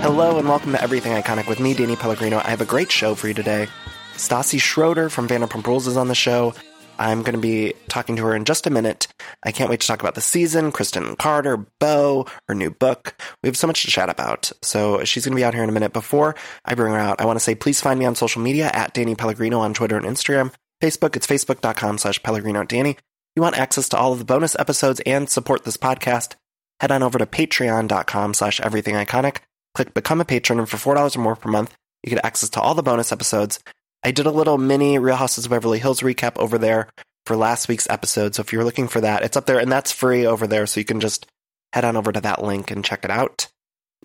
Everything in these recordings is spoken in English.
Hello and welcome to Everything Iconic with me, Danny Pellegrino. I have a great show for you today. Stassi Schroeder from Vanderpump Rules is on the show. I'm going to be talking to her in just a minute. I can't wait to talk about the season, Kristen Carter, Bo, her new book. We have so much to chat about. So she's going to be out here in a minute. Before I bring her out, I want to say please find me on social media at Danny Pellegrino on Twitter and Instagram. Facebook, it's facebook.com slash Pellegrino Danny. If you want access to all of the bonus episodes and support this podcast, head on over to patreon.com slash everything iconic. Click become a patron, and for $4 or more per month, you get access to all the bonus episodes. I did a little mini Real Houses of Beverly Hills recap over there for last week's episode. So if you're looking for that, it's up there and that's free over there. So you can just head on over to that link and check it out.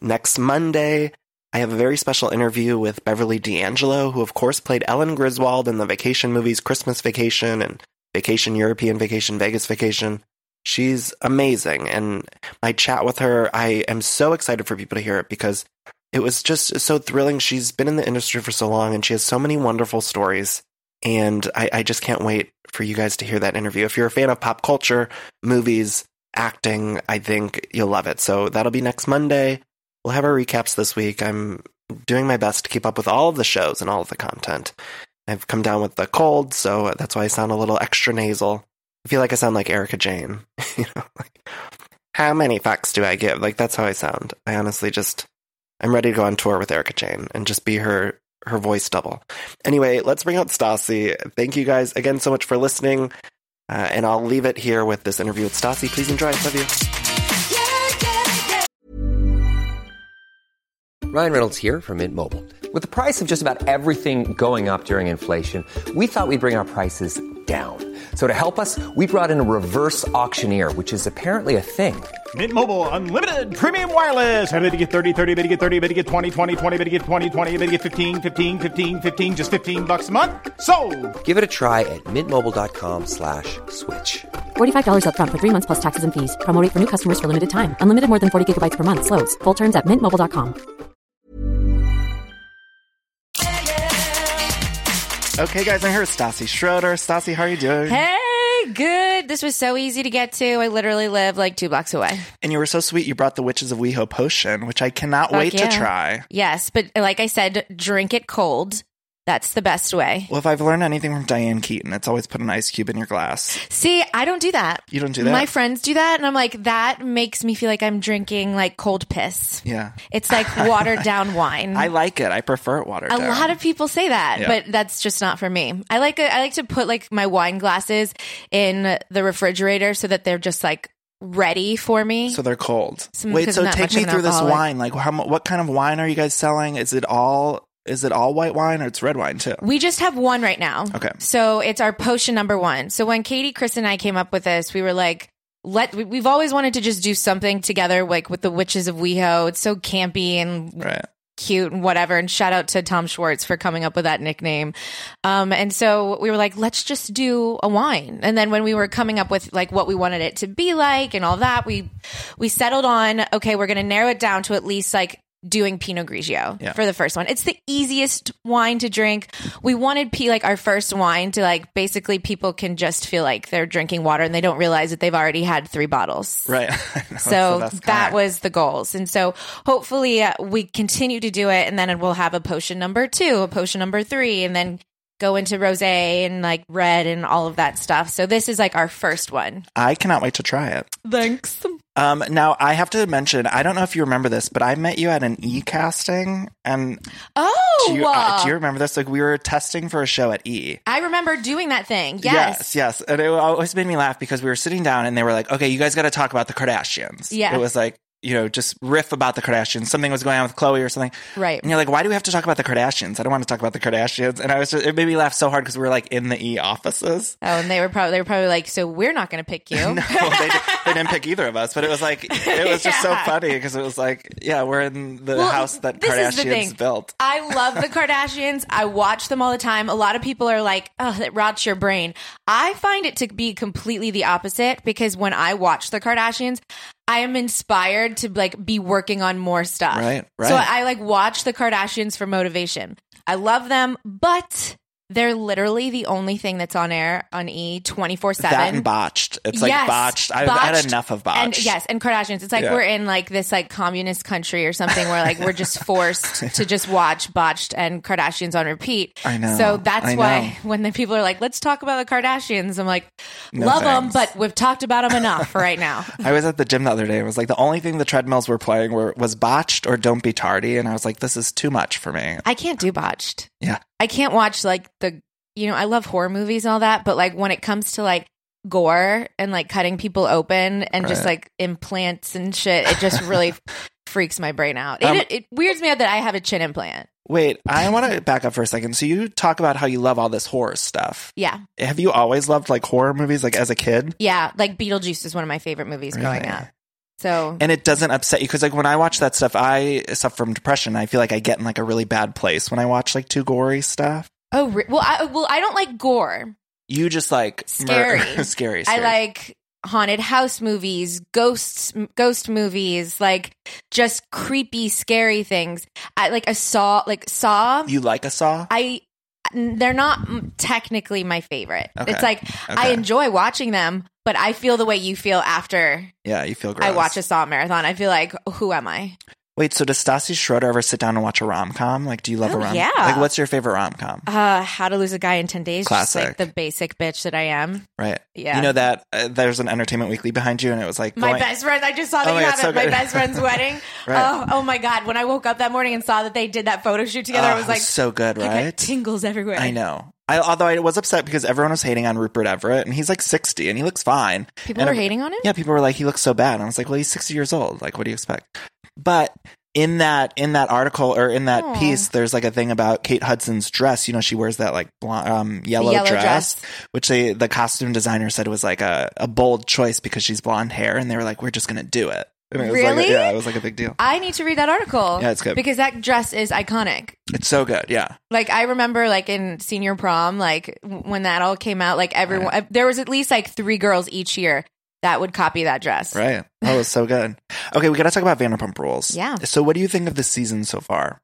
Next Monday, I have a very special interview with Beverly D'Angelo, who of course played Ellen Griswold in the vacation movies Christmas Vacation and Vacation European Vacation, Vegas Vacation. She's amazing. And my chat with her, I am so excited for people to hear it because it was just so thrilling. She's been in the industry for so long and she has so many wonderful stories. And I, I just can't wait for you guys to hear that interview. If you're a fan of pop culture, movies, acting, I think you'll love it. So that'll be next Monday. We'll have our recaps this week. I'm doing my best to keep up with all of the shows and all of the content. I've come down with the cold, so that's why I sound a little extra nasal. I feel like I sound like Erica Jane. you know, like, how many fucks do I give? Like that's how I sound. I honestly just I'm ready to go on tour with Erica Jane and just be her her voice double. Anyway, let's bring out Stassi. Thank you guys again so much for listening. Uh, and I'll leave it here with this interview with Stassi. Please enjoy. Love you. Ryan Reynolds here from Mint Mobile. With the price of just about everything going up during inflation, we thought we'd bring our prices down. So to help us, we brought in a reverse auctioneer, which is apparently a thing. Mint Mobile unlimited premium wireless. Ready to get 30, 30, bet you get 30, bet you get 20, 20, 20, bet you get 20, 20, bet you get 15, 15, 15, 15 just 15 bucks a month. So, Give it a try at mintmobile.com slash switch. $45 up front for three months plus taxes and fees. Promo rate for new customers for limited time. Unlimited more than 40 gigabytes per month. Slows. Full terms at mintmobile.com. Okay, guys, I'm here with Stassi Schroeder. Stassi, how are you doing? Hey, good. This was so easy to get to. I literally live like two blocks away. And you were so sweet. You brought the Witches of WeHo potion, which I cannot Fuck wait yeah. to try. Yes, but like I said, drink it cold. That's the best way. Well, if I've learned anything from Diane Keaton, it's always put an ice cube in your glass. See, I don't do that. You don't do that? My friends do that, and I'm like, that makes me feel like I'm drinking like cold piss. Yeah. It's like watered down wine. I like it. I prefer it watered a down. lot of people say that, Yeah. but that's just not for me. I like I like to put like my wine glasses in the refrigerator so that they're just like ready for me. So they're cold. Some- Wait, 'cause so I'm not take much me of an through this alcoholic. wine. Like, how, mu- what kind of wine are you guys selling? Is it all? Is it all white wine or it's red wine too? We just have one right now. Okay. So it's our potion number one. So when Katie, Chris, and I came up with this, we were like, let we- we've always wanted to just do something together, like with the witches of WeHo. It's so campy and Right. cute and whatever. And shout out to Tom Schwartz for coming up with that nickname. Um, and so we were like, let's just do a wine. And then when we were coming up with like what we wanted it to be like and all that, we we settled on okay, we're going to narrow it down to at least like doing Pinot Grigio Yeah. for the first one. It's the easiest wine to drink. We wanted P like our first wine to like basically people can just feel like they're drinking water and they don't realize that they've already had three bottles Right. I know, it's the so best that kind. was the goals and so hopefully uh, we continue to do it and then we'll have a potion number two a potion number three and then go into rose and like red and all of that stuff so this is like our first one I cannot wait to try it. thanks Um, now I have to mention, I don't know if you remember this, but I met you at an e casting, and oh do you, uh, uh, do you remember this? Like we were testing for a show at E. i remember doing that thing yes, yes, yes. and it always made me laugh because we were sitting down and they were like, "Okay, you guys got to talk about the Kardashians." Yeah. it was like you know just riff about the Kardashians. Something was going on with Chloe or something. right And you're like, why do we have to talk about the Kardashians? I don't want to talk about the Kardashians. And I was just, it made me laugh so hard because we were like in the E offices. oh and they were probably they were probably like so we're not going to pick you No, they, di- they didn't pick either of us, but it was like, it was just so Yeah. funny because it was like, yeah, we're in the Well, house that this is the thing. Kardashians built. I love the Kardashians. I watch them all the time. A lot of people are like, oh, that rots your brain. I find it to be completely the opposite because when I watch the Kardashians, I am inspired to like be working on more stuff. Right, right. So I like watch the Kardashians for motivation. I love them, but They're literally the only thing that's on air on E twenty four That and seven. botched. It's like botched. I've had Botched. enough of botched. And yes, and Kardashians. It's like Yeah. we're in like this like communist country or something where like we're just forced to just watch botched and Kardashians on repeat. I know. So that's I why know. when the people are like, let's talk about the Kardashians, I'm like, love 'em, love them, thanks. but we've talked about them enough for right now. I was at the gym the other day and was like, the only thing the treadmills were playing were was botched or don't be tardy. And I was like, this is too much for me. I can't do botched. Yeah. I can't watch like the you know, I love horror movies and all that, but like when it comes to like gore and like cutting people open and just Right. like implants and shit, it just really freaks my brain out. It, Um, it, weirds me out that I have a chin implant. Wait, I want to back up for a second. So you talk about how you love all this horror stuff. Yeah. Have you always loved like horror movies, like as a kid? Yeah, like Beetlejuice is one of my favorite movies growing Really? up. So And it doesn't upset you because like when I watch that stuff, I suffer from depression. I feel like I get in like a really bad place when I watch like too gory stuff. oh re- well, I well I don't like gore. You just like Scary. scary, I scary. like haunted house movies, ghosts, ghost movies, like just creepy, scary things. I like a saw, like saw. you like a saw. I they're not m- technically my favorite. Okay. It's like I Okay. enjoy watching them, but I feel the way you feel after yeah, you feel gross. I watch a Saw marathon. I feel like who am I? Wait, so does Stassi Schroeder ever sit down and watch a rom com? Like, do you love Oh, a rom? yeah. Like, what's your favorite rom com? Uh, how to lose a guy in ten days? Just Classic. like the basic bitch that I am. Right. Yeah. You know that uh, there's an Entertainment Weekly behind you, and it was like My going- best friend. I just saw that Oh my you God, have so it. My good. best friend's wedding. Right. Oh, oh my god! When I woke up that morning and saw that they did that photo shoot together, Oh, I was it like, so good, I got right? tingles everywhere. I know. I, although I was upset because everyone was hating on Rupert Everett, and he's like 60, and he looks fine. People And were ev- hating on him? Yeah, people were like, he looks so bad. And I was like, well, he's 60 years old. Like, what do you expect? But in that in that article or in that Aw. piece, there's like a thing about Kate Hudson's dress. You know, she wears that like blonde, um, yellow, yellow dress, dress. which they the costume designer said was like a, a bold choice because she's blonde hair, and they were like, we're just gonna do it. And it was Like Really? a, yeah, it was like a big deal. I need to read that article. Yeah, it's good. because that dress is iconic. It's so good. Yeah. Like I remember, like in senior prom, like w- when that all came out, like everyone, there was at least like three girls each year that would copy that dress. Right. That was so good. Okay, we got to talk about Vanderpump Rules. Yeah. So, what do you think of the season so far?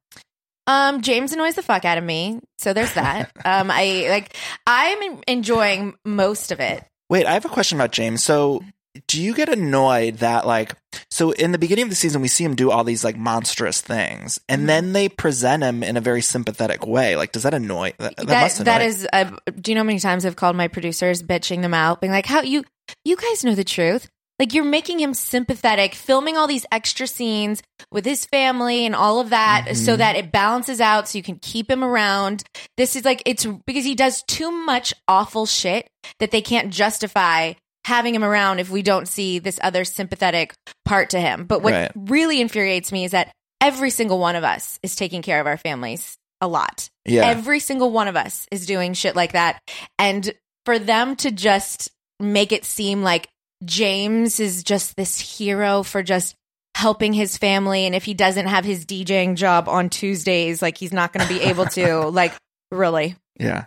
Um, James annoys the fuck out of me, so there's that. um, I like, I'm en- enjoying most of it. Wait, I have a question about James. So, do you get annoyed that, like, so in the beginning of the season, we see him do all these, like, monstrous things, Mm-hmm. and then they present him in a very sympathetic way? Like, does that annoy? That, that, That must annoy. that is. Uh, do you know how many times I've called my producers, bitching them out, being like, "How you, you guys know the truth." Like you're making him sympathetic, filming all these extra scenes with his family and all of that, Mm-hmm. so that it balances out, so you can keep him around. This is like it's because he does too much awful shit that they can't justify having him around if we don't see this other sympathetic part to him. But what Right. really infuriates me is that every single one of us is taking care of our families a lot. Yeah. Every single one of us is doing shit like that. And for them to just make it seem like James is just this hero for just helping his family and if he doesn't have his DJing job on Tuesdays like he's not going to be able to like really Yeah.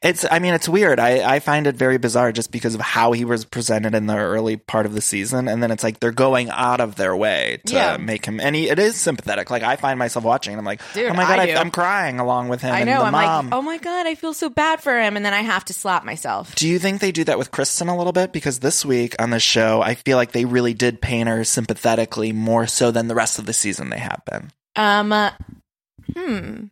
It's, I mean, it's weird. I, I find it very bizarre just because of how he was presented in the early part of the season. And then it's like they're going out of their way to Yeah. make him, and he, it is sympathetic. Like, I find myself watching and I'm like, Dude, oh my God, I I do. am crying along with him. I and know the I'm mom. like oh my god I feel so bad for him and then I have to slap myself Do you think they do that with Kristen a little bit? Because this week on the show, I feel like they really did paint her sympathetically more so than the rest of the season they have been. Um, uh, hmm.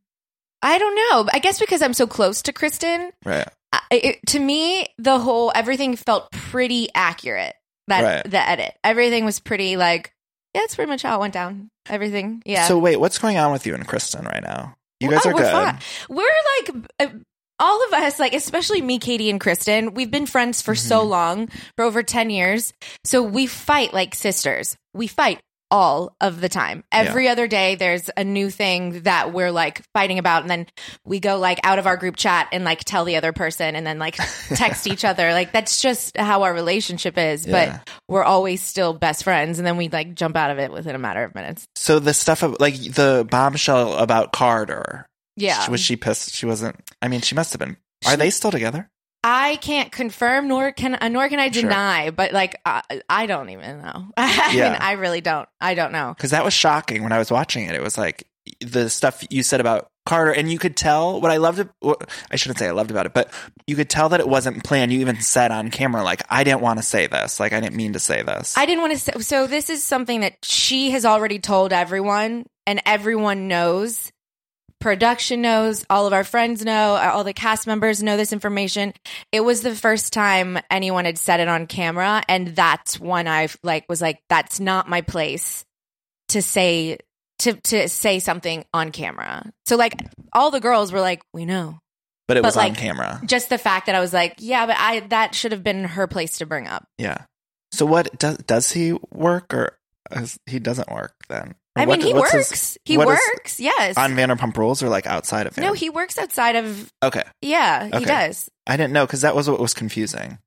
I don't know. I guess because I'm so close to Kristen, Right. I, it, to me, the whole everything felt pretty accurate. That Right. the edit, everything was pretty like, yeah, that's pretty much how it went down. Everything, yeah. So wait, what's going on with you and Kristen right now? You guys Oh, are we're good. fine. We're like. Uh, all of us, like especially me, Katie, and Kristen, we've been friends for so long, for over 10 years. So we fight like sisters. We fight all of the time. Every other day, there's a new thing that we're like fighting about. And then we go like out of our group chat and like tell the other person and then like text each other. Like that's just how our relationship is. Yeah. But we're always still best friends. And then we like jump out of it within a matter of minutes. So the stuff of like the bombshell about Carter. Yeah. Was she pissed? She wasn't. I mean, she must have been. Are they still together? I can't confirm nor can uh, nor can I Sure. deny, but like I I don't even know. I Yeah. mean, I really don't. I don't know. Because that was shocking when I was watching it. It was like the stuff you said about Carter, and you could tell what I loved. Well, I shouldn't say I loved about it, but you could tell that it wasn't planned. You even said on camera, like, "I didn't want to say this. Like, I didn't mean to say this." I didn't want to say. So this is something that she has already told everyone, and everyone knows. Production knows. All of our friends know. uh, All the cast members know this information. It was the first time anyone had said it on camera, and that's when I like was like, "That's not my place to say to to say something on camera." So like, all the girls were like, "We know." but it but, was like, on camera. Just the fact that I was like, "Yeah, but I that should have been her place to bring up." Yeah. So what does does he work or uh, he doesn't work then? I What- mean, he what's his- works. he what is- works. yes. on Vanderpump Rules or like outside of it. No, he works outside of. Okay, Yeah, Okay. he does. I didn't know because that was what was confusing.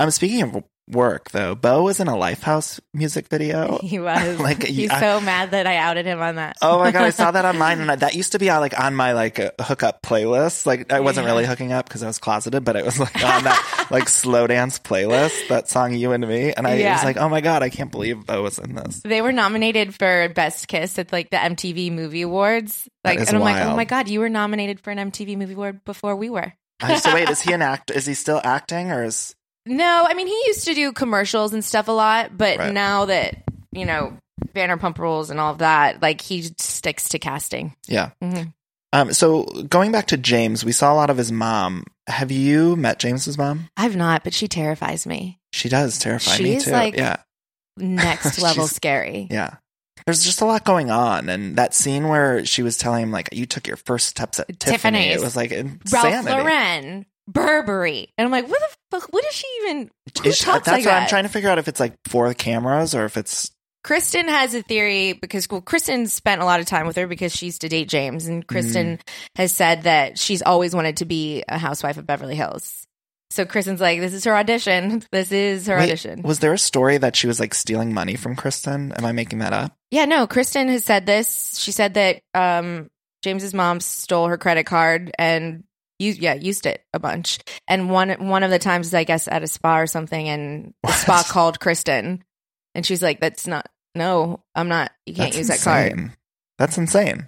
I'm um, speaking of work though. Bo was in a Lifehouse music video. He was. Oh. Like, he's I- so mad that I outed him on that. Oh my god, I saw that online, and I, that used to be on like on my like uh, hookup playlist. Like I wasn't really hooking up because I was closeted, but it was like on that like slow dance playlist. That song "You and Me," and I Yeah. was like, oh my god, I can't believe Bo was in this. They were nominated for Best Kiss at like the MTV Movie Awards. Like, is and I'm like, oh wild. my god, you were nominated for an MTV Movie Award before we were. I so wait, is he an act? Is he still acting or is? No, I mean he used to do commercials and stuff a lot, but Right. now that you know Vanderpump Rules and all of that, like he sticks to casting. Yeah. Mhm. Um, so going back to James, we saw a lot of his mom. Have you met James's mom? I've not, but she terrifies me. She does terrify me She's too. like- yeah, Next level She's- scary. yeah. There's just a lot going on, and that scene where she was telling him like, "You took your first steps at Tiffany." Tiffany's. It was like Ralph insanity. Lauren, Burberry, and I'm like, what the fuck? What is she even? Who Is- talks that's like what that? I'm trying to figure out if it's like for the cameras or if it's Kristen has a theory because well, Kristen spent a lot of time with her because she used to date James, and Kristen Mm-hmm. has said that she's always wanted to be a housewife of Beverly Hills. So Kristen's like, this is her audition. This is her Wait, audition. Was there a story that she was like stealing money from Kristen? Am I making that up? yeah, no, Kristen has said this. She said that um, James's mom stole her credit card and u- yeah used it a bunch. And one one of the times, I guess, at a spa or something, and the spa What? called Kristen, and she's like, "That's not no, I'm not. You can't use that card." insane. That's insane.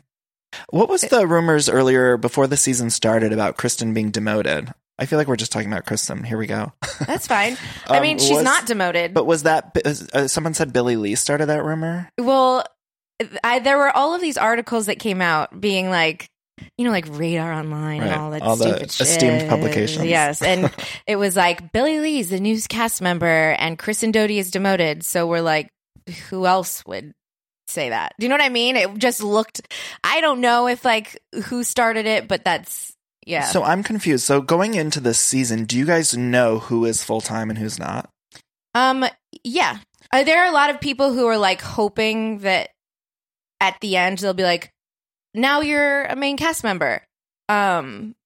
What was the rumors earlier before the season started about Kristen being demoted? I feel like we're just talking about Kristen. Here we go. That's fine. I Um, mean, she's was- not demoted. But was that uh, someone said Billy Lee started that rumor? well, I, there were all of these articles that came out being like, you know, like Radar Online Right. and all that All the stupid shit. esteemed publications. Yes, and it was like Billy Lee's the news cast member, and Kristen Doty is demoted. So we're like, who else would? Say that. Do you know what I mean? It just looked. I don't know if like who started it, but that's yeah. So I'm confused. So going into this season, do you guys know who is full time and who's not? Um, yeah. Uh, there are a lot of people who are like hoping that at the end they'll be like, now you're a main cast member. Um,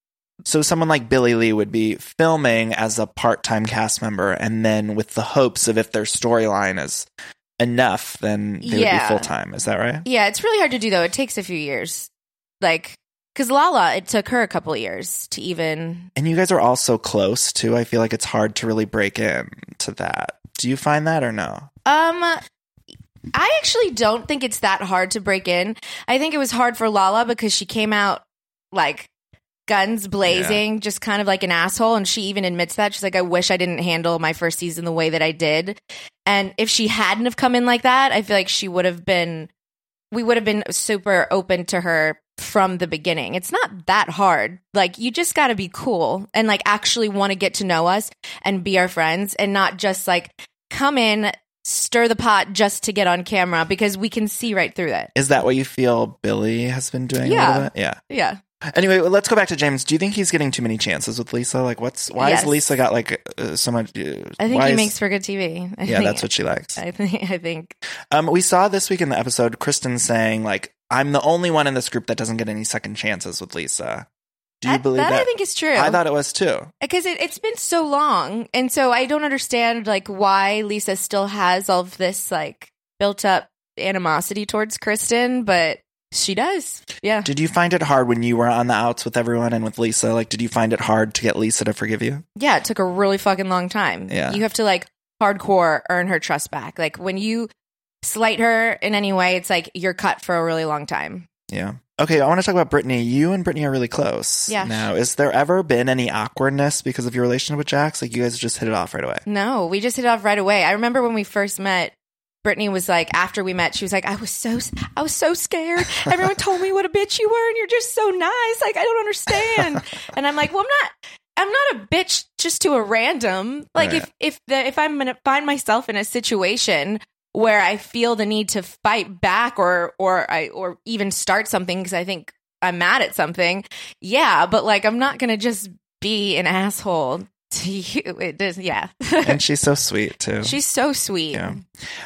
So someone like Billy Lee would be filming as a part-time cast member and then with the hopes of if their storyline is enough, then they Yeah. would be full-time. Is that right? yeah, it's really hard to do though. It takes a few years. Like, cause Lala, it took her a couple years to even. And you guys are all so close too. I feel like it's hard to really break in to that. Do you find that or no? Um, I actually don't think it's that hard to break in. I think it was hard for Lala because she came out like guns blazing, just kind of like an asshole. And she even admits that. She's like, I wish I didn't handle my first season the way that I did. And if she hadn't have come in like that, I feel like she would have been, we would have been super open to her from the beginning. It's not that hard. Like, you just got to be cool and like actually want to get to know us and be our friends and not just like come in, stir the pot just to get on camera because we can see right through that. Is that what you feel Billy has been doing a Yeah. little bit? Yeah. Yeah. Anyway, well, let's go back to James. Do you think he's getting too many chances with Lisa? Like, what's why Yes. has Lisa got like uh, so much? Uh, I think why he is- makes for good TV. I Yeah, think, that's what she likes. I think. I think. Um, we saw this week in the episode Kristen saying like, "I'm the only one in this group that doesn't get any second chances with Lisa." Do you That- believe that? that I think is true. I thought it was too. because it, it's been so long, and so I don't understand like why Lisa still has all of this like built up animosity towards Kristen, but she does. Yeah. Did you find it hard when you were on the outs with everyone and with Lisa? Like, did you find it hard to get Lisa to forgive you? Yeah, it took a really fucking long time. Yeah. You have to like hardcore earn her trust back. Like when you slight her in any way, it's like you're cut for a really long time. Yeah. Okay, I want to talk about Brittany. You and Brittany are really close. Yeah. Now, is there ever been any awkwardness because of your relationship with Jax? Like, you guys just hit it off right away. No, we just hit it off right away. I remember when we first met. Brittany was like, after we met, she was like, I was so, I was so scared. Everyone told me what a bitch you were, and you're just so nice. Like, I don't understand. And I'm like, well, I'm not, I'm not a bitch just to a random. Like, if if the, if I'm gonna find myself in a situation where I feel the need to fight back or or I or even start something because I think I'm mad at something, yeah. But like, I'm not gonna just be an asshole to you. It does, yeah. and she's so sweet, too. She's so sweet. Yeah.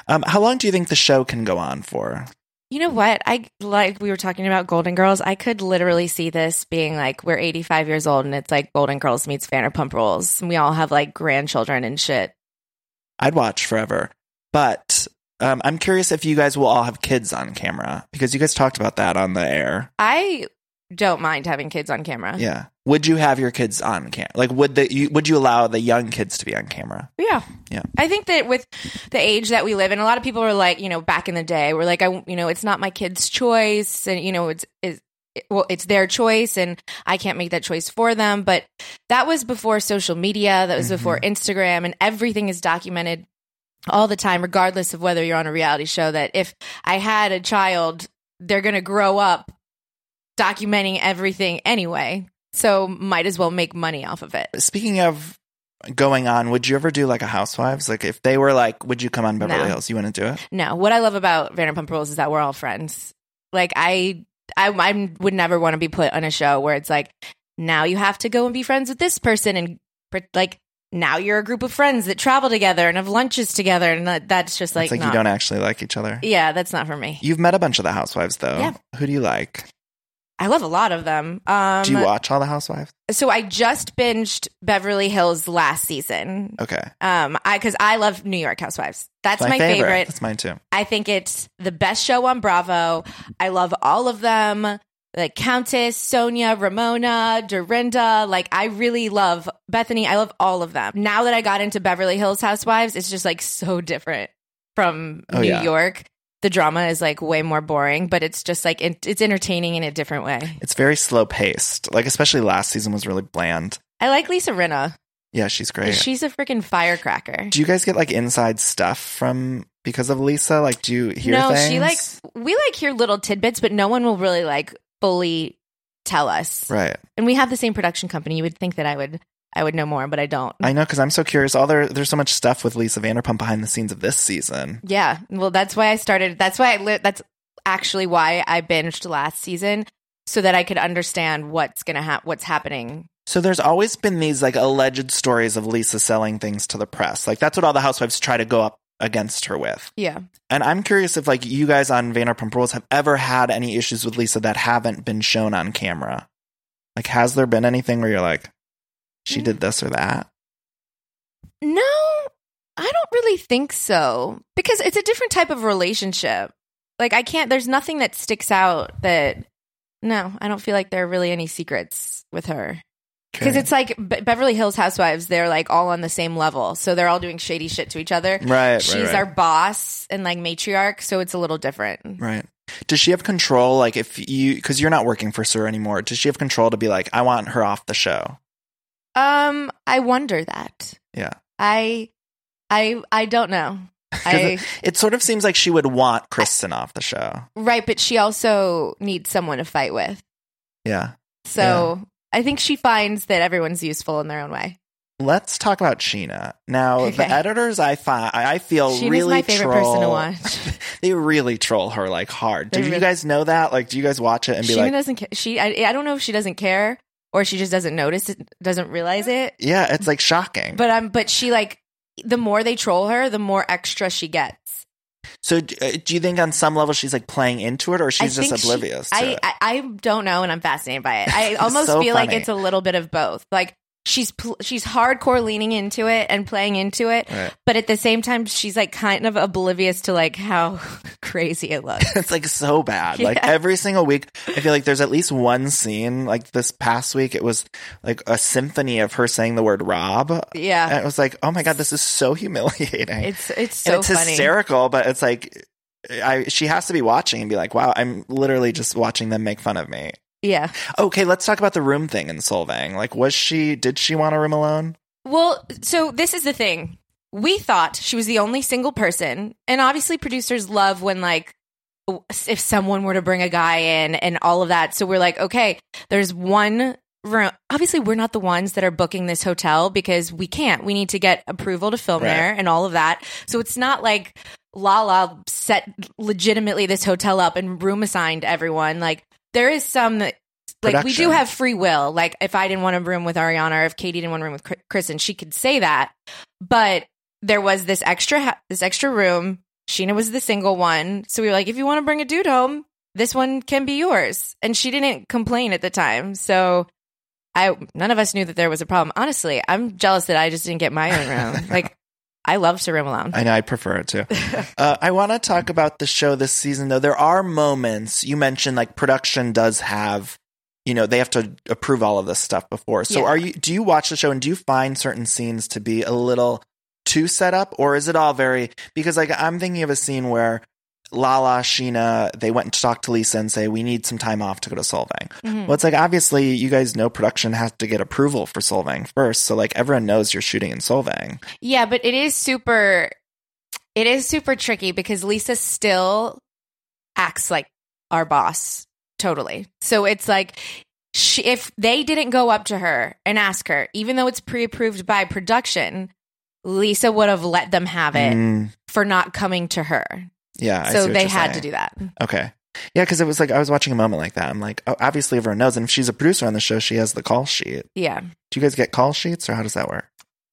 Um, how long do you think the show can go on for? You know what? I like we were talking about Golden Girls. I could literally see this being like we're 85 years old and it's like Golden Girls meets Vanderpump Rules. And we all have like grandchildren and shit. I'd watch forever. But um, I'm curious if you guys will all have kids on camera because you guys talked about that on the air. I don't mind having kids on camera. Yeah. Would you have your kids on camera? Like, would the you, would you allow the young kids to be on camera? Yeah. Yeah. I think that with the age that we live in, a lot of people are like, you know, back in the day, we're like, I, you know, it's not my kid's choice, and you know, it's is well, it's their choice, and I can't make that choice for them. But that was before social media. That was before Instagram, and everything is documented all the time, regardless of whether you're on a reality show. That if I had a child, they're going to grow up documenting everything anyway. So might as well make money off of it. Speaking of going on, would you ever do like a Housewives? Like, if they were like, would you come on Beverly No. Hills? You wouldn't do it? No, what I love about Vanderpump Rules is that we're all friends. Like I, I, I would never want to be put on a show where it's like, now you have to go and be friends with this person, and pre- like now you're a group of friends that travel together and have lunches together, and that, that's just like, it's like not- you don't actually like each other. yeah, that's not for me. You've met a bunch of the Housewives though. Yeah. Who do you like? I love a lot of them. Um, do you watch all the Housewives? so I just binged Beverly Hills last season. Okay. Um, I because I love New York Housewives. That's It's my, favorite. That's mine too. I think it's the best show on Bravo. I love all of them. Like Countess, Sonia, Ramona, Dorinda. Like I really love Bethany. I love all of them. Now that I got into Beverly Hills Housewives, it's just like so different from Oh, New yeah. York. The drama is like way more boring, but it's just like it, it's entertaining in a different way. It's very slow paced. Like especially last season was really bland. I like Lisa Rinna. Yeah, she's great. She's a freaking firecracker. do you guys get like inside stuff from because of Lisa? Like, do you hear? no, things? she like we like hear little tidbits, but no one will really like fully tell us. right. and we have the same production company. You would think that I would I would know more, but I don't. I know because I'm so curious. All there, there's so much stuff with Lisa Vanderpump behind the scenes of this season. yeah, well, that's why I started. That's why I li- that's actually why I binged last season so that I could understand what's gonna ha- what's happening. So there's always been these like alleged stories of Lisa selling things to the press. Like that's what all the housewives try to go up against her with. Yeah, And I'm curious if like you guys on Vanderpump Rules have ever had any issues with Lisa that haven't been shown on camera. Like, has there been anything where you're like, she Mm. did this or that? no, I don't really think so because it's a different type of relationship. Like I can't. There's nothing that sticks out that. No, I don't feel like there are really any secrets with her. Because it's like Be- Beverly Hills Housewives, they're like all on the same level. So they're all doing shady shit to each other. Right, right, She's right. our boss and like matriarch. So it's a little different. Right. Does she have control? Like, if you, because you're not working for Sir anymore, does she have control to be like, I want her off the show? Um, I wonder that. Yeah. I, I, I don't know. 'Cause I, it, it sort of seems like she would want Kristen off the show. right. But she also needs someone to fight with. Yeah. So I think she finds that everyone's useful in their own way. Let's talk about Sheena. Now, Okay. the editors I find I I feel Sheena's really my favorite troll, person to watch. they really troll her like hard. They Do you really- guys know that? Like, do you guys watch it and be She like, doesn't, ca- she, I, I don't know if she doesn't care or she just doesn't notice it, doesn't realize it. yeah, it's like shocking. But um, but she like the more they troll her, the more extra she gets. so, d- uh, do you think on some level she's like playing into it, or she's I just think she- oblivious? to I, it? I I don't know, and I'm fascinated by it. I almost So feel like funny. it's a little bit of both. Like she's pl- she's hardcore leaning into it and playing into it, Right. but at the same time, she's like kind of oblivious to like how crazy it looks. it's like so bad. Like Yeah. every single week, I feel like there's at least one scene. Like this past week, it was like a symphony of her saying the word Rob. Yeah. And it was like, oh my God, this is so humiliating. It's it's so and it's funny. hysterical, but it's like I she has to be watching and be like, wow, I'm literally just watching them make fun of me. Yeah. Okay, let's talk about the room thing in Solvang. Like, was she? Did she want a room alone? Well, so this is the thing. We thought she was the only single person, and obviously producers love when like w- if someone were to bring a guy in and all of that. So we're like, okay, there's one room. Obviously, we're not the ones that are booking this hotel because we can't. We need to get approval to film Right. there and all of that. So it's not like Lala set legitimately this hotel up and room assigned everyone. Like there is some like we do Production. have free will. Like if I didn't want a room with Ariana or if Katie didn't want a room with Kri- Kristen, she could say that. But there was this extra ha- this extra room. Sheena was the single one, so we were like, if you want to bring a dude home, this one can be yours. And she didn't complain at the time, so. I none of us knew that there was a problem. Honestly, I'm jealous that I just didn't get my own room. like, I love to room alone. I know I'd prefer it too. uh, I want to talk about the show this season, though. There are moments you mentioned, like production does have, you know, they have to approve all of this stuff before. So, Yeah. are you? Do you watch the show and do you find certain scenes to be a little too set up, or is it all very? Because like I'm thinking of a scene where Lala, Sheena, they went and talked to Lisa and say we need some time off to go to Solvang. Mm-hmm. Well, it's like obviously you guys know production has to get approval for Solvang first, so like everyone knows you're shooting in Solvang. Yeah, but it is super it is super tricky because Lisa still acts like our boss totally. So it's like she, if they didn't go up to her and ask her, even though it's pre-approved by production, Lisa would have let them have it Mm, for not coming to her. yeah, I see so what they you're had saying. to do that. Okay. Yeah, because it was like I was watching a moment like that. I'm like, oh, obviously everyone knows, and if she's a producer on the show, she has the call sheet. Yeah. Do you guys get call sheets, or how does that work?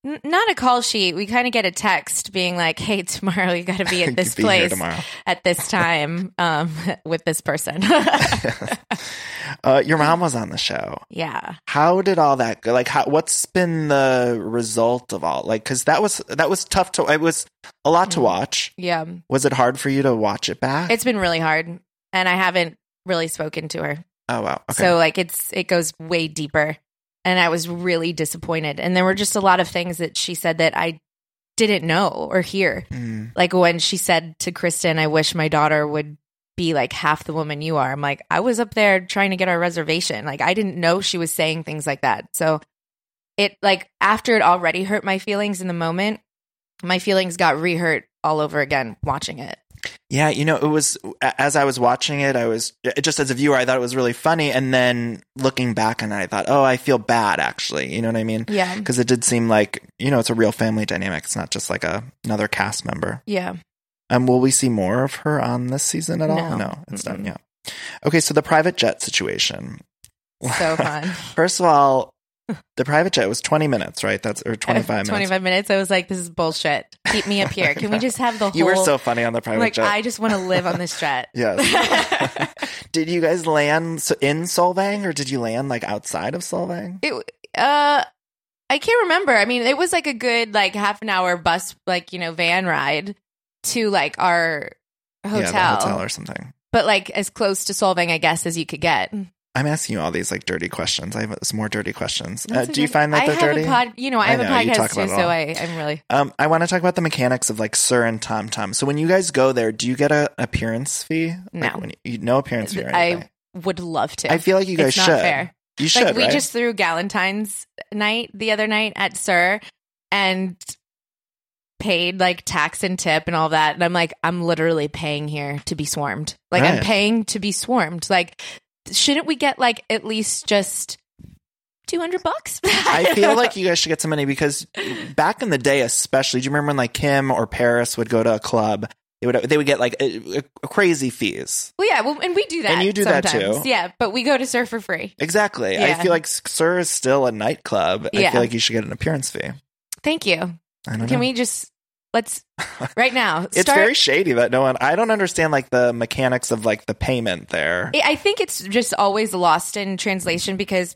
N- not a call sheet. We kind of get a text being like, "Hey, tomorrow you got to be at this Be here place tomorrow. at this time um, with this person." Uh, your mom was on the show. yeah. How did all that go? Like, how, what's been the result of all? Like, because that was that was tough to. It was a lot to watch. Yeah. Was it hard for you to watch it back? It's been really hard and I haven't really spoken to her. oh wow. Okay. So like it's it goes way deeper and I was really disappointed. And there were just a lot of things that she said that I didn't know or hear. Mm. Like when she said to Kristen, "I wish my daughter would be like half the woman you are." I'm like, "I was up there trying to get our reservation. Like I didn't know she was saying things like that." So it like after it already hurt my feelings in the moment, my feelings got re-hurt all over again watching it. Yeah, you know, it was as I was watching it, I was just as a viewer, I thought it was really funny, and then looking back on it, I thought, oh, I feel bad actually. You know what I mean? Yeah. because it did seem like you know it's a real family dynamic. It's not just like a another cast member. Yeah. Um, will we see more of her on this season at all? No. No, it's done. Mm-mm. Yeah. Okay, so the private jet situation. So fun. First of all, the private jet was twenty minutes, right? That's or twenty five minutes. 25 minutes. I was like, this is bullshit. Keep me up here. Can we just have the whole. You were so funny on the private like, jet. I just want to live on this jet. yes. did you guys land so- in Solvang or did you land like outside of Solvang? It, uh, I can't remember. I mean, it was like a good, like, half an hour bus, like, you know, van ride to, like, our hotel. Yeah, the hotel or something. but, like, as close to solving, I guess, as you could get. I'm asking you all these like dirty questions. I have some more dirty questions. Uh, That's do you okay. find that I they're have dirty? A pod, you know, I I have know, you a talk podcast about too, it so all. I, I'm really. Um, I want to talk about the mechanics of like Sir and Tom Tom. So when you guys go there, do you get a appearance fee? No. Like, when you, you- no appearance fee. Or I anything. would love to. I feel like you guys it's not should. fair. You should. Like we right? just threw Galentine's night the other night at Sir and paid like tax and tip and all that. And I'm like, I'm literally paying here to be swarmed. Like I'm Right. paying to be swarmed. Like shouldn't we get like at least just two hundred bucks? I feel like you guys should get some money because back in the day, especially, do you remember when like Kim or Paris would go to a club? They would they would get like a, a crazy fees. Well yeah, well, and we do that. And you do that sometimes. too. Yeah, but we go to Sir for free. Exactly. I Yeah. feel like Sir is still a nightclub. I Yeah. feel like you should get an appearance fee. Thank you. I don't Can know. we just let's right now It's start very shady that no one. I don't understand like the mechanics of like the payment there. I I think it's just always lost in translation because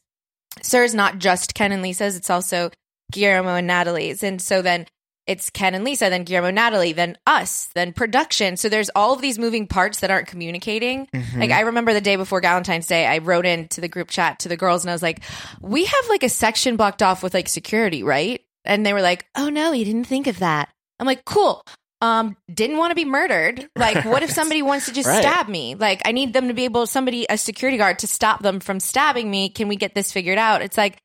Sir is not just Ken and Lisa's, it's also Guillermo and Natalie's. And so then it's Ken and Lisa, then Guillermo, Natalie, then us, then production. So there's all of these moving parts that aren't communicating. Like I remember the day before Valentine's Day, I wrote into the group chat to the girls and I was like, "We have like a section blocked off with like security, right?" And they were like, "Oh no, you didn't think of that." I'm like, "Cool. um, didn't want to be murdered. Like, what if somebody wants to just Right. stab me? Like, I need them to be able, somebody, a security guard, to stop them from stabbing me. Can we get this figured out? It's like,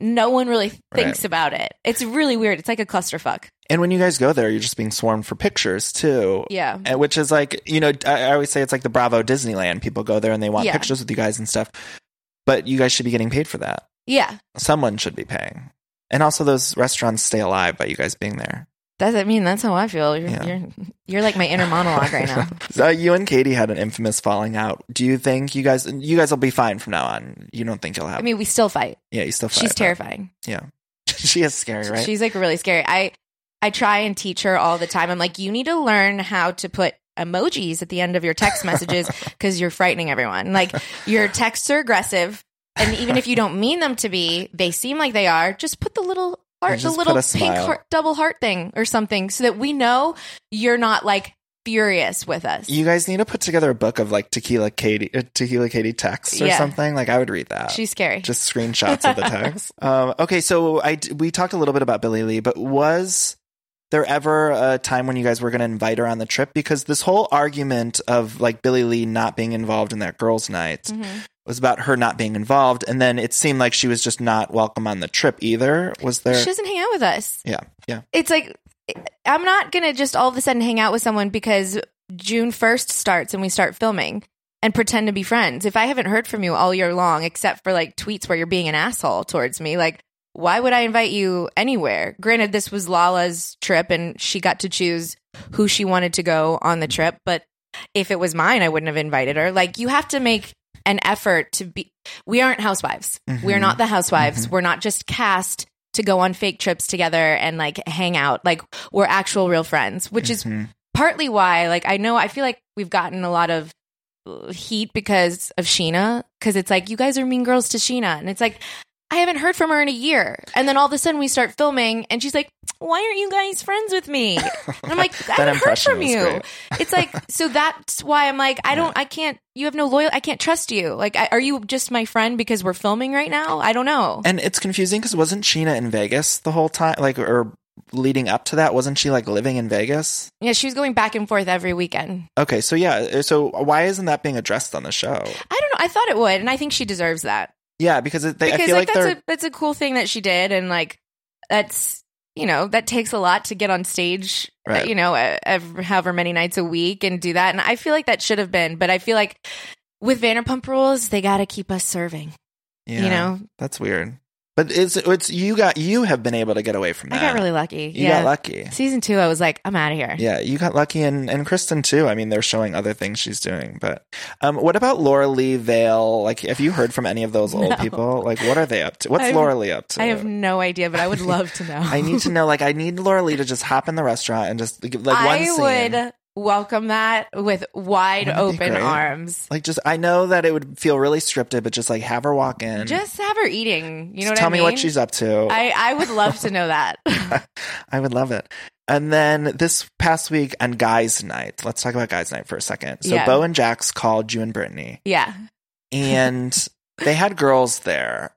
no one really thinks about it. It's really weird. It's like a clusterfuck. And when you guys go there, you're just being swarmed for pictures too. Yeah. And- Which is like, you know, I I always say it's like the Bravo Disneyland. People go there and they want Yeah. pictures with you guys and stuff. But you guys should be getting paid for that. Yeah. Someone should be paying. And also, those restaurants stay alive by you guys being there. That's, I mean, that's how I feel. You're, Yeah. you're, you're like my inner monologue right now. So Uh, you and Katie had an infamous falling out. Do you think you guys, you guys will be fine from now on? You don't think you'll have? I mean, we still fight. yeah, you still. Fight, She's but- terrifying. Yeah, she is scary, right? She's like really scary. I I try and teach her all the time. I'm like, you need to learn how to put emojis at the end of your text messages because you're frightening everyone. Like your texts are aggressive, and even if you don't mean them to be, they seem like they are. Just put the little heart, the Just little put a pink smile. heart, double heart thing or something, so that we know you're not like furious with us. you guys need to put together a book of like tequila Katie, uh, tequila Katie texts or Yeah. something. Like I would read that. She's scary. just screenshots of the text. um, okay, so I d- we talked a little bit about Billy Lee, but was there ever a time when you guys were going to invite her on the trip? Because this whole argument of like Billy Lee not being involved in that girls' night Mm-hmm. was about her not being involved, and then it seemed like she was just not welcome on the trip either. Was there? she doesn't hang out with us. yeah, yeah. it's like I'm not gonna just all of a sudden hang out with someone because June first starts and we start filming and pretend to be friends. If I haven't heard from you all year long, except for like tweets where you're being an asshole towards me, like why would I invite you anywhere? Granted, this was Lala's trip and she got to choose who she wanted to go on the trip, but if it was mine, I wouldn't have invited her. Like you have to make an effort to be we aren't housewives. We're not the housewives. We're not just cast to go on fake trips together and like hang out. Like we're actual real friends, which is partly why like I know I feel like we've gotten a lot of uh, heat because of Sheena cuz it's like you guys are mean girls to Sheena and it's like I haven't heard from her in a year. And then all of a sudden we start filming and she's like, "Why aren't you guys friends with me?" And I'm like, "I That haven't heard impression from was you." great. It's like so that's why I'm like, I don't I can't you have no loyal I can't trust you. Like I, are you just my friend because we're filming right now? I don't know. And it's confusing because wasn't Sheena in Vegas the whole time? Like, or leading up to that, wasn't she like living in Vegas? Yeah, she was going back and forth every weekend. Okay, so yeah, uh, so why isn't that being addressed on the show? I don't know. I thought it would, and I think she deserves that Yeah, because it, they, because I feel like, like, they're that's a that's a cool thing that she did, and like that's you know that takes a lot to get on stage, uh, Right. you know, uh, ev- however many nights a week and do that. And I feel like that should have been, but I feel like with Vanderpump Rules, they got to keep us serving. yeah, you know? that's weird. But it's it's you got you have been able to get away from I that. got really lucky. You yeah, got lucky. season two, I was like, I'm out of here. Yeah, you got lucky, and and Kristen too. I mean, they're showing other things she's doing. But um, what about Laura Lee Vale? Like, have you heard from any of those old No. people? Like, what are they up to? What's I'm- Laura Lee up to? I have no idea, but I would love to know. I need to know. Like, I need Laura Lee to just hop in the restaurant and just like one I scene. would welcome that with wide Wouldn't it be open great? arms. Like, just I know that it would feel really scripted, but just like have her walk in. Just have her eating. You know Just what tell I mean? me what she's up to. I, I would love to know that. I would love it. And then this past week on Guys Night, let's talk about Guys Night for a second. So Yeah. Bo and Jax called you and Brittany, yeah. and they had girls there.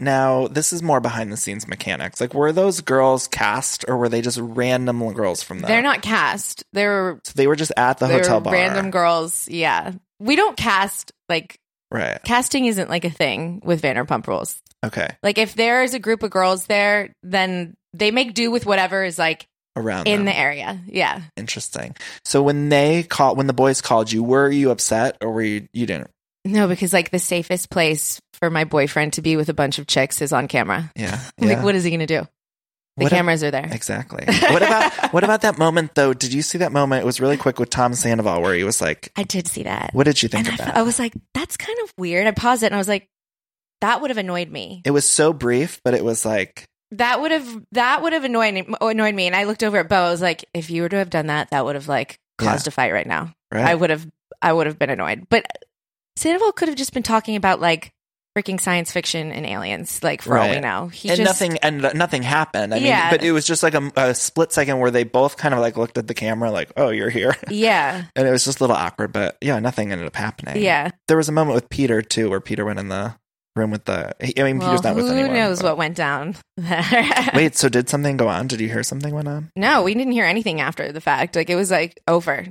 Now, this is more behind the scenes mechanics. Like, were those girls cast or were they just random girls from the? They're not cast. They're So they were just at the they're hotel bar. random girls. Yeah. We don't cast like Right. casting isn't like a thing with Vanderpump Rules. Okay. Like if there is a group of girls there, then they make do with whatever is like Around in them. the area. Yeah. Interesting. So when they call, when the boys called you, were you upset or were you, you didn't? No, because like the safest place for my boyfriend to be with a bunch of chicks is on camera. Yeah. Like yeah. what is he going to do? The What if- cameras are there. Exactly. What about what about that moment though? Did you see that moment? It was really quick with Tom Sandoval where he was like, I did see that. "What did you think and of I, that?" fe- I was like, that's kind of weird. I paused it and I was like, that would have annoyed me. it was so brief, but it was like, That would have that would have annoyed annoyed me. And I looked over at Bo. I was like, if you were to have done that, that would have like caused a fight right now. right? I would have I would have been annoyed. But Sandoval could have just been talking about like freaking science fiction and aliens, like for all we Right. know. He and just nothing and nothing happened. I Yeah. mean, but it was just like a, a split second where they both kind of like looked at the camera like, "Oh, you're here." Yeah. And it was just a little awkward, but yeah, nothing ended up happening. Yeah. There was a moment with Peter too where Peter went in the room with the. I mean, Well, Peter's not with who anyone. knows but- what went down? Wait, so did something go on? Did you hear something went on? No, we didn't hear anything after the fact. Like it was like over.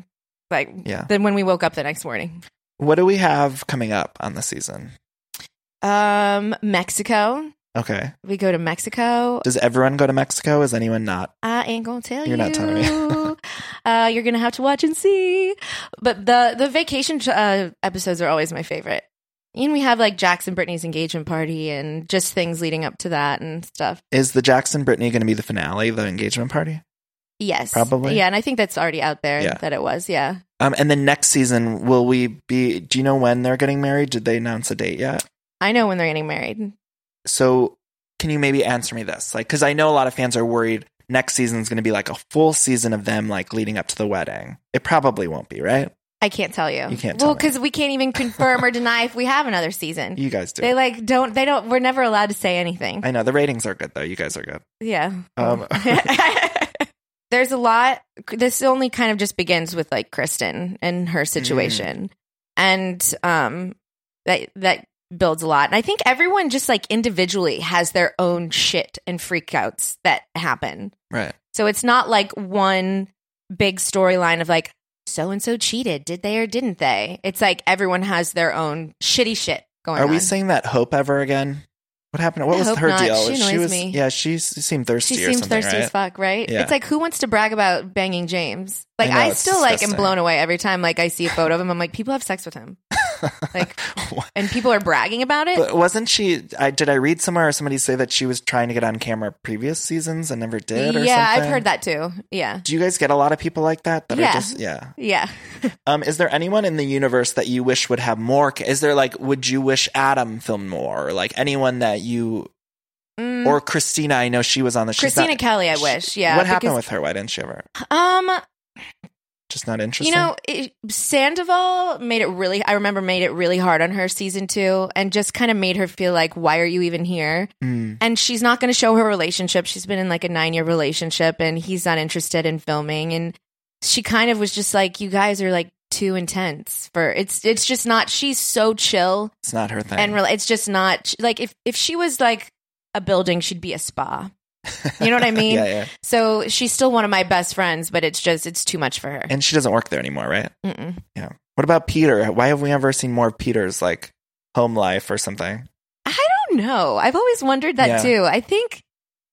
Like Yeah. then when we woke up the next morning. What do we have coming up on the season? Um Mexico. Okay. We go to Mexico. Does everyone go to Mexico? Is anyone not? I ain't gonna tell You're you. not telling me. uh, you're gonna have to watch and see. But the the vacation uh, episodes are always my favorite. And we have like Jack's and Brittany's engagement party and just things leading up to that and stuff. Is the Jackson Brittany going to be the finale, the engagement party? Yes, Probably. Yeah, and I think that's already out there Yeah. that it was. Yeah, Um, and then next season, will we be? Do you know when they're getting married? Did they announce a date yet? I know when they're getting married. So, can you maybe answer me this? Like, because I know a lot of fans are worried next season's going to be like a full season of them like leading up to the wedding. It probably won't be, right? I can't tell you. You can't Well, tell me. because we can't even confirm or deny if we have another season. You guys do. They like don't. They don't. We're never allowed to say anything. I know the ratings are good though. You guys are good. yeah. Um, There's a lot. This only kind of just begins with like Kristen and Mm. her situation, and um, that that builds a lot. And I think everyone just like individually has their own shit and freakouts that happen. right. So it's not like one big storyline of like so and so cheated, did they or didn't they? It's like everyone has their own shitty shit going Are on. we saying that Hope ever again? What happened? What I was hope her not. deal? She annoys was me. yeah. She s- seemed thirsty she or seems something, thirsty right? as fuck, right? Yeah. It's like who wants to brag about banging James? Like I know, I, it's still like am disgusting. blown away every time like I see a photo of him. I'm like, people have sex with him. Like and people are bragging about it. But wasn't she? I did I read somewhere or somebody say that she was trying to get on camera previous seasons and never yeah, did? Or I've something? heard that too. Yeah. Do you guys get a lot of people like that? that Yeah. Are just, yeah. Yeah. Um, is there anyone in the universe that you wish would have more? ca- Is there like, would you wish Adam filmed more? Or like anyone that you Mm. or Christina? I know she was on the. she's Christina not- Kelly, I she- wish. Yeah. What happened because- with her? Why didn't she ever? Um Just not interested. You know, it, Sandoval made it really. I remember made it really hard on her season two, and just kind of made her feel like, why are you even here? Mm. And she's not going to show her relationship. She's been in like a nine year relationship, and he's not interested in filming. And she kind of was just like, you guys are like too intense for it's. It's just not. She's so chill, it's not her thing. and rela- it's just not like if if she was like a building, she'd be a spa. You know what I mean? yeah, yeah. So she's still one of my best friends, but it's just it's too much for her. And she doesn't work there anymore, right? Mm-mm. Yeah. What about Peter? Why have we ever seen more of Peter's like home life or something? I don't know. I've always wondered that Yeah. too. I think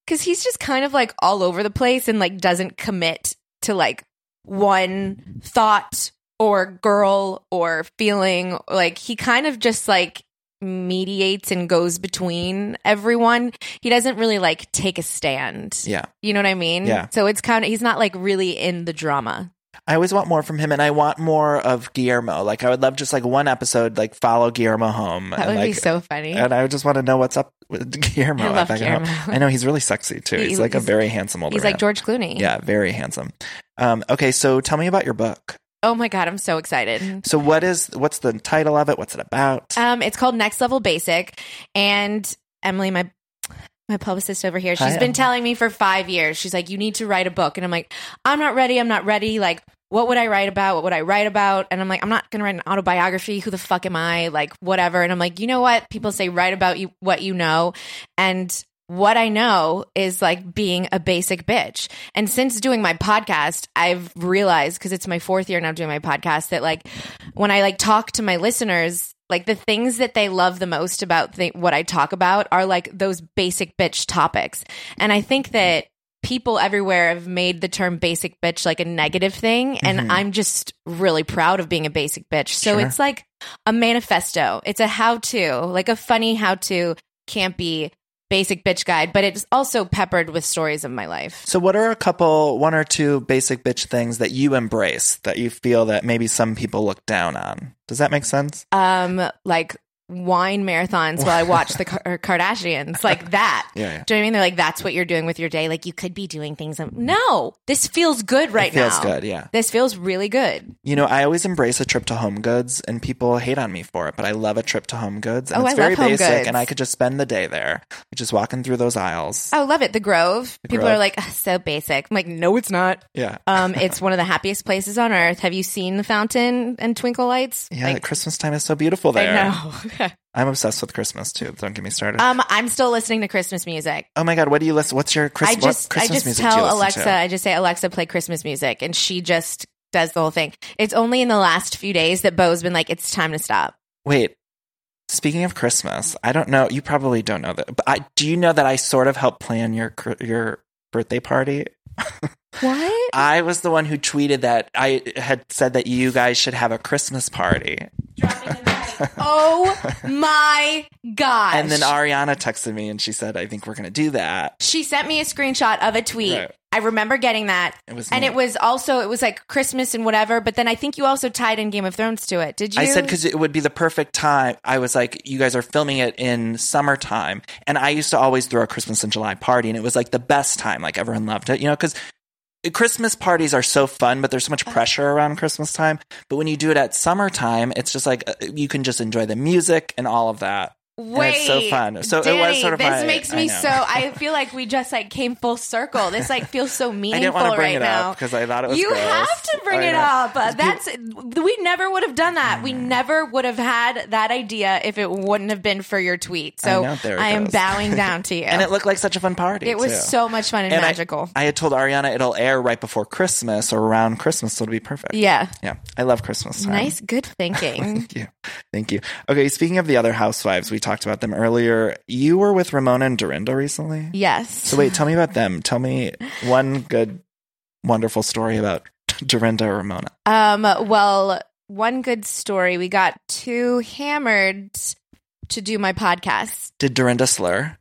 because he's just kind of like all over the place and like doesn't commit to like one thought or girl or feeling. Like he kind of just like mediates and goes between everyone. He doesn't really like take a stand. Yeah. You know what I mean? Yeah. So it's kind of, he's not like really in the drama. I always want more from him, and I want more of Guillermo. Like, I would love just like one episode, like follow Guillermo home. That and, would like, be so funny. And I just want to know what's up with Guillermo. I love at Beckenham. Guillermo. I know he's really sexy too. He- He's like a he's- very handsome older He's man. like George Clooney. Yeah, very handsome. Um, okay, so tell me about your book. Oh my God. I'm so excited. So what is what's the title of it? What's it about? Um, it's called Next Level Basic, and Emily, my my publicist over here, she's Hi, Emily. been telling me for five years. She's like, "You need to write a book," and I'm like, "I'm not ready. I'm not ready." Like, what would I write about? What would I write about? And I'm like, "I'm not gonna write an autobiography. Who the fuck am I?" Like, whatever. And I'm like, "You know what? People say write about you what you know," and what I know is like being a basic bitch. And since doing my podcast, I've realized because it's my fourth year now doing my podcast that like when I like talk to my listeners, like the things that they love the most about th- what I talk about are like those basic bitch topics. And I think that people everywhere have made the term basic bitch like a negative thing and i'm just really proud of being a basic bitch so Sure. it's like a manifesto it's a how-to like a funny how-to campy basic bitch guide but it's also peppered with stories of my life so what are a couple, one or two basic bitch things that you embrace that you feel that maybe some people look down on? Does that make sense? um like wine marathons while I watch the Kar- Kardashians, like that. Yeah, yeah. Do you know what I mean? They're like, that's what you're doing with your day. Like you could be doing things. um, No, this feels good right feels now. good, yeah. This feels really good. You know, I always embrace a trip to Home Goods, and people hate on me for it, but I love a trip to Home Goods, and Oh, it's I very love Home basic, Goods. and I could just spend the day there, just walking through those aisles. I love it. The Grove. People Grove. are like, "Ugh, so basic. I'm like, no, it's not. Yeah. Um, it's one of the happiest places on earth. Have you seen the fountain and twinkle lights? yeah, Like, Christmas time is so beautiful I there. know. Okay. I'm obsessed with Christmas too. Don't get me started. Um, I'm still listening to Christmas music. oh my god, what do you listen? What's your Chris- I what just I Christmas just music do you tell listen Alexa, to? I just say Alexa play Christmas music and she just does the whole thing. It's only in the last few days that Bo's been like it's time to stop. Wait. Speaking of Christmas, I don't know. You probably don't know that, but I do. You know that I sort of helped plan your cr- your birthday party. What? I was the one who tweeted that I had said that you guys should have a Christmas party, oh my gosh. and then Ariana texted me and she said, "I think we're going to do that." she sent me a screenshot of a tweet. Right. I remember getting that. It was and me. it was also it was like Christmas and whatever, but then I think you also tied in Game of Thrones to it. Did you? I said because it would be the perfect time. I was like, "You guys are filming it in summertime," and I used to always throw a Christmas in July party, and it was like the best time. Like everyone loved it, you know, because Christmas parties are so fun, but there's so much Uh-huh. pressure around Christmas time. But when you do it at summertime, it's just like uh, you can just enjoy the music and all of that. Wait, and it's so fun. So Danny, it was sort of this my- makes I me know. so. I feel like we just like came full circle. This like feels so meaningful I didn't want to bring right it now. up because I thought it was. you gross. have to bring I it know. Mm. up. Uh, That's we never would have done that. We never would have had that idea if it wouldn't have been for your tweet. So know, there it am goes. bowing down to you. And it looked like such a fun party. It was too. so much fun and, And I- magical. I, had told Ariana it'll air right before Christmas or around Christmas, so it'll be perfect. yeah. Yeah. I love Christmas time. Nice, good thinking. Thank you. Thank you. Okay, speaking of the other housewives, we talked about them earlier. You were with Ramona and Dorinda recently. yes. So wait, tell me about them. Tell me one good, wonderful story about Dorinda or Ramona. Um, well, one good story. We got too hammered to do my podcast. Did Dorinda slur?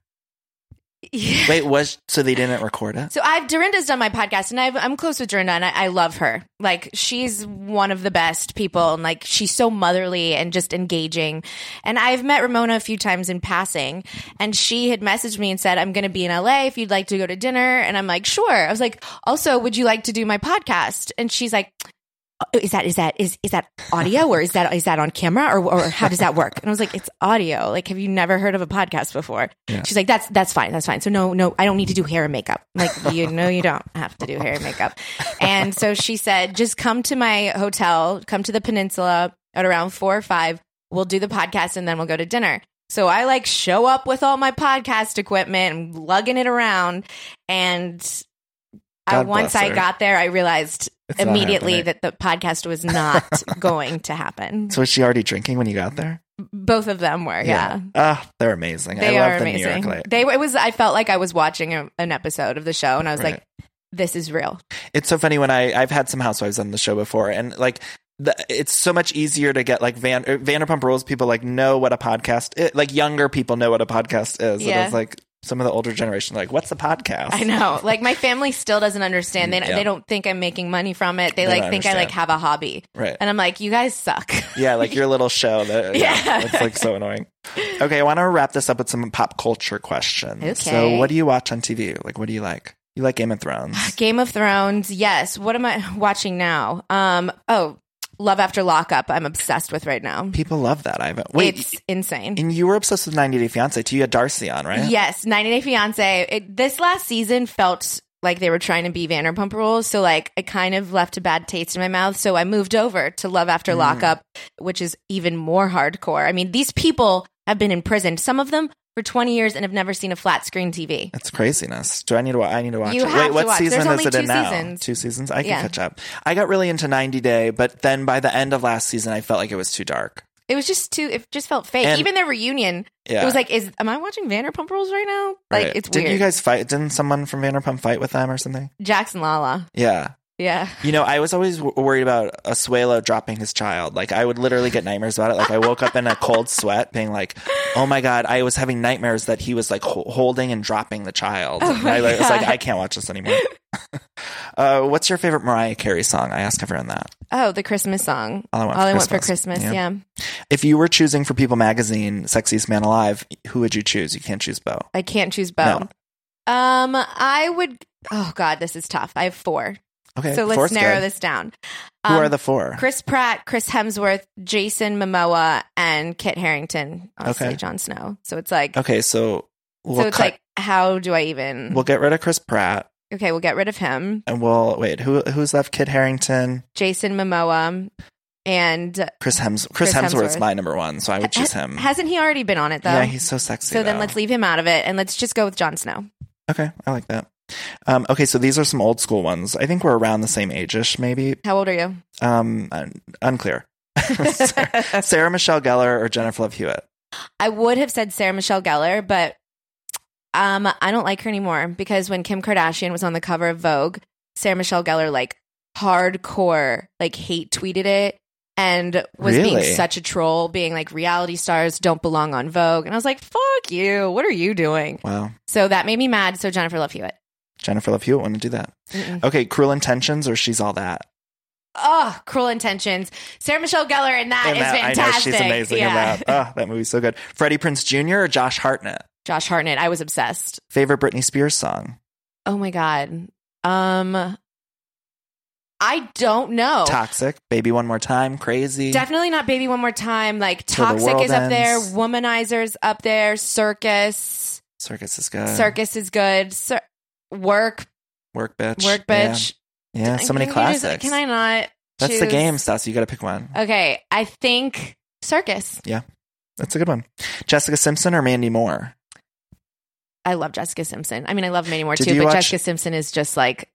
Yeah. Wait, was so they didn't record it? So I've Dorinda's done my podcast, and I've, I'm close with Dorinda, and I, I love her. Like she's one of the best people, and like she's so motherly and just engaging. And I've met Ramona a few times in passing, and she had messaged me and said, "I'm going to be in LA if you'd like to go to dinner." And I'm like, "Sure." I was like, "Also, would you like to do my podcast?" And she's like. "Oh, Is that is that is is that audio or is that is that on camera or or how does that work? And I was like, it's audio. Like, have you never heard of a podcast before? She's like, that's that's fine, that's fine. So no, no, I don't need to do hair and makeup. I'm like, you know, you don't have to do hair and makeup. And so she said, just come to my hotel, come to the peninsula at around four or five. We'll do the podcast and then we'll go to dinner. So I like show up with all my podcast equipment and lugging it around. And I, God once bless I her. got there, I realized It's not immediately happening. that the podcast was not going to happen. So was she already drinking when you got there? Both of them were, yeah. Ah, they're amazing. They I love are the New amazing. York light. They it was I felt like I was watching a, an episode of the show and I was Right. like this is real. it's so funny when I I've had some housewives on the show before, and like the, it's so much easier to get like Van er, Vanderpump Rules people like know what a podcast is. like younger people know what a podcast is. Yeah. And it's like some of the older generation are like what's a podcast? I know. Like my family still doesn't understand. They Yeah. they don't think I'm making money from it. They, They like don't think I like have understand. a hobby. Right. And I'm like you guys suck. yeah, like your little show. That, yeah. Yeah. It's like so annoying. Okay, I want to wrap this up with some pop culture questions. So, Okay. what do you watch on TV? Like, what do you like? You like Game of Thrones? Game of Thrones. Yes. What am I watching now? Um oh, Love After Lockup I'm obsessed with right now. People love that. I haven't. Wait, it's insane. and you were obsessed with 90 Day Fiance too. You had Darcy on, right? Yes, 90 Day Fiance. It, this last season felt like they were trying to be Vanderpump Rules, so like it kind of left a bad taste in my mouth. So I moved over to Love After Lockup, which is even more hardcore. I mean, these people have been in prison, some of them for 20 years, and have never seen a flat screen TV. It's craziness. Do I need to? wa- I need to watch You it. have Wait, to what watch. season There's is only it in two now? seasons. Two seasons. I can Yeah. catch up. I got really into 90 Day, but then by the end of last season, I felt like it was too dark. It was just too. It just felt fake. And- Even their reunion, Yeah. it was like, is am I watching Vanderpump Rules right now? Like Right. it's Didn't weird. you guys fight? Didn't someone from Vanderpump fight with them or something? Jackson Lala, Yeah. yeah. You know, I was always w- worried about Asuelo dropping his child. Like, I would literally get nightmares about it. Like, I woke up in a cold sweat, being like, "Oh my god!" I was having nightmares that he was like ho- holding and dropping the child. Oh and I like, was like, "I can't watch this anymore." uh, what's your favorite Mariah Carey song? I ask everyone that. Oh, the Christmas song. All I Want for for Christmas. Christmas. Yeah. yeah. If you were choosing for People Magazine, Sexiest Man Alive, who would you choose? You can't choose Bo. I can't choose Bo. Um, I would. Oh God, this is tough. I have four, Okay, so let's four's narrow good. this down. Who Um, are the four? Chris Pratt, Chris Hemsworth, Jason Momoa, and Kit Harrington. Obviously, Okay. Jon Snow. So it's like, okay, so we'll so it's cut- like, how do I even? we'll get rid of Chris Pratt, okay, we'll get rid of him. and we'll wait. Who who's left? Kid Harrington. Jason Momoa and Chris Hems Chris, Chris Hemsworth's Hemsworth. my number one, so I would choose him. hasn't he already been on it though? yeah, he's so sexy. so then though. let's leave him out of it and let's just go with Jon Snow. Okay, I like that. Um, okay, so these are some old school ones. I think we're around the same age-ish, maybe. How old are you? Um, un- unclear. Sarah, Sarah Michelle Gellar or Jennifer Love Hewitt. I would have said Sarah Michelle Gellar, but um, I don't like her anymore because when Kim Kardashian was on the cover of Vogue, Sarah Michelle Gellar like hardcore like hate tweeted it and was being Really? such a troll, being like reality stars don't belong on Vogue, and I was like, "Fuck you! What are you doing?" Wow, So that made me mad. So Jennifer Love Hewitt. Jennifer Love Hewitt wouldn't do that. Mm-mm. Okay, Cruel Intentions or She's All That. Oh, cruel intentions. Sarah Michelle Gellar in that And is that- I know fantastic. she's amazing yeah. in that. Oh, that movie's so good. Freddie Prince Jr. or Josh Hartnett. Josh Hartnett. I was obsessed. Favorite Britney Spears song. Oh my god. Um I don't know. Toxic. Baby One More Time. Crazy. Definitely not baby one more time. Like Till the toxic world is up there, ends. womanizers up there, circus. Circus is good. circus is good. Cir- work, Work bitch. work bitch. Yeah, Yeah, so many Can you just- classics. can I not That's the choose- game, Stassi. You got to pick one. Okay, I think circus. That's a good one. Jessica Simpson or Mandy Moore? I love Jessica Simpson. I mean, I love many more Did too, you but watch- Jessica Simpson is just like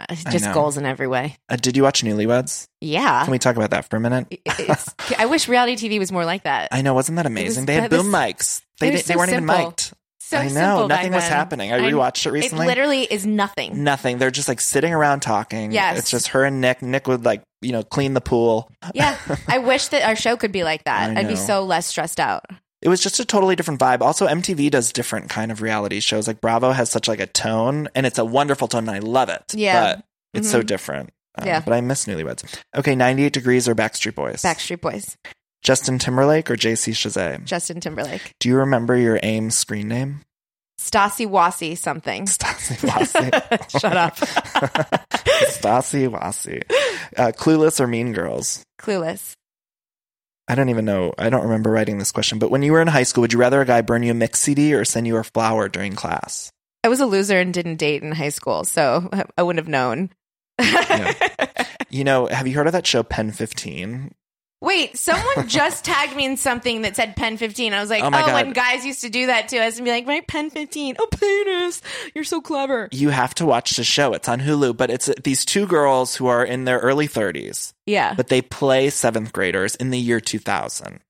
uh, just know. goals in every way. Uh, did you watch Newlyweds? Yeah. Can we talk about that for a minute? It's- I wish reality TV was more like that. I know, wasn't that amazing? was- they had that boom was- mics. they They were didn't, they so weren't even simple. mic'd. So I know, simple back nothing was then. happening. I rewatched it recently. It literally is nothing. Nothing. They're just like sitting around talking. Yes. It's just her and Nick. Nick would like, you know, clean the pool. Yeah, I wish that our show could be like that. I I'd be know. so less stressed out. It was just a totally different vibe. Also, MTV does different kind of reality shows. Like Bravo has such like a tone and it's a wonderful tone and I love it. Yeah. But it's so Mhm. different. Um, Yeah. But I miss Newlyweds. Okay, 98 Degrees or Backstreet Boys? Backstreet Boys, Justin Timberlake or JC Chazet? Justin Timberlake, Do you remember your AIM's screen name? Stassi Wassi, something. Stassi Wassi. Shut up. Stassi Wassi. Uh, Clueless or Mean Girls? Clueless. I don't even know. I don't remember writing this question, but when you were in high school, would you rather a guy burn you a mix CD or send you a flower during class? I was a loser and didn't date in high school, so I- I wouldn't have known. You know, have you heard of that show Pen 15? Wait, someone just tagged me in something that said Pen 15. I was like, Oh oh, my God. when guys used to do that to us and be like, right, Pen 15. Oh, penis. You're so clever. You have to watch the show. It's on Hulu, but it's uh, these two girls who are in their early 30s, Yeah. but they play seventh graders in the year 2000.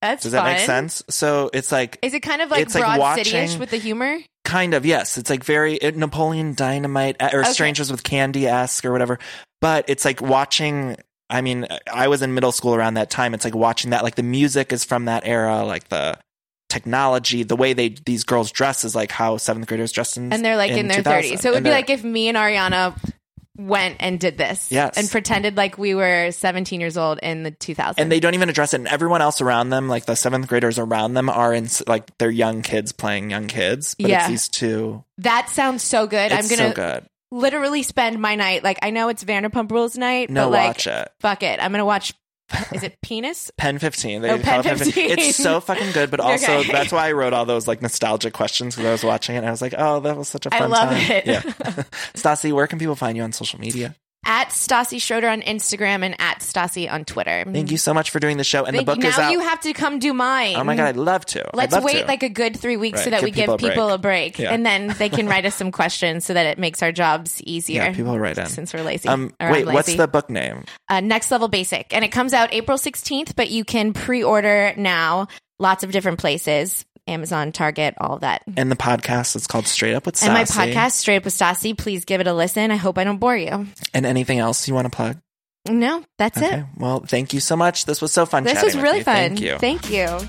that's Does that make fun. sense? So it's like Is it kind of like It's like Broad watching- City-ish with the humor? Kind of, yes. It's like very it, Napoleon Dynamite uh, or Okay. Strangers with Candy esque or whatever. But it's like watching. I mean, I was in middle school around that time. It's like watching that. Like the music is from that era. Like the technology, the way they these girls dress is like how seventh graders dress in. And they're like in, their 2000. 30s. So it would And be they're- like if me and Ariana went and did this Yes. and pretended like we were 17 years old in the 2000s. and they don't even address it. And everyone else around them, like the seventh graders around them, are in s- like they're young kids playing young kids. But it's Yeah. these two. that sounds so good. It's I'm going to so good. literally spend my night. Like, I know it's Vanderpump Rules night, No, but like, watch it. fuck it. I'm going to watch. Is it penis? Pen 15. They Oh, call it Pen 15. It's so fucking good, but also Okay. that's why I wrote all those like nostalgic questions because I was watching it and I was like, oh, that was such a I fun love time. it. Yeah. Stassi, where can people find you on social media? At Stassi Schroeder on Instagram and at Stassi on Twitter. Thank you so much for doing the show. And Thank the you. book now is out. you have to come do mine. oh my God, I'd love to. I'd Let's love wait to. like a good three weeks Right, so that give we give people a break. people a break, Yeah. and then they can write us some questions so that it makes our jobs easier. Yeah, people write in. since we're lazy. um, or I'm wait, what's lazy. the book name? uh, next level basic? And it comes out April sixteenth, but you can pre-order now. Lots of different places: Amazon, Target, all that. And the podcast is called Straight Up with Stassi. And my podcast, Straight Up with Stassi. Please give it a listen. I hope I don't bore you. And anything else you want to plug? No, that's Okay. it. Well, thank you so much. This was so fun. This chatting was with really you. fun. Thank you. Thank you.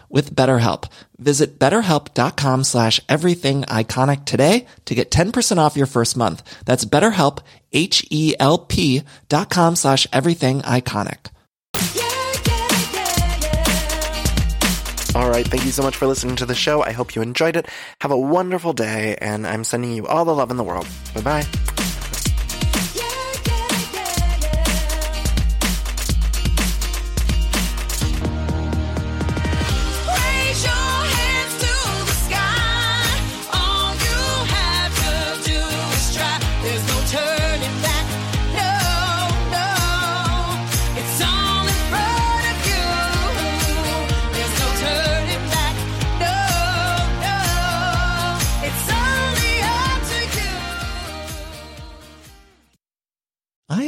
with BetterHelp. Visit betterhelp.com slash everything iconic today to get 10% off your first month. That's betterhelp, H-E-L-P dot com slash everything iconic. All right. Thank you so much for listening to the show. I hope you enjoyed it. Have a wonderful day, and I'm sending you all the love in the world. Bye bye. Raise your hands to the sky. All you have to do is try. There's no turning back. No, no. It's all in front of you. There's no turning back. No, no. It's only up to you. I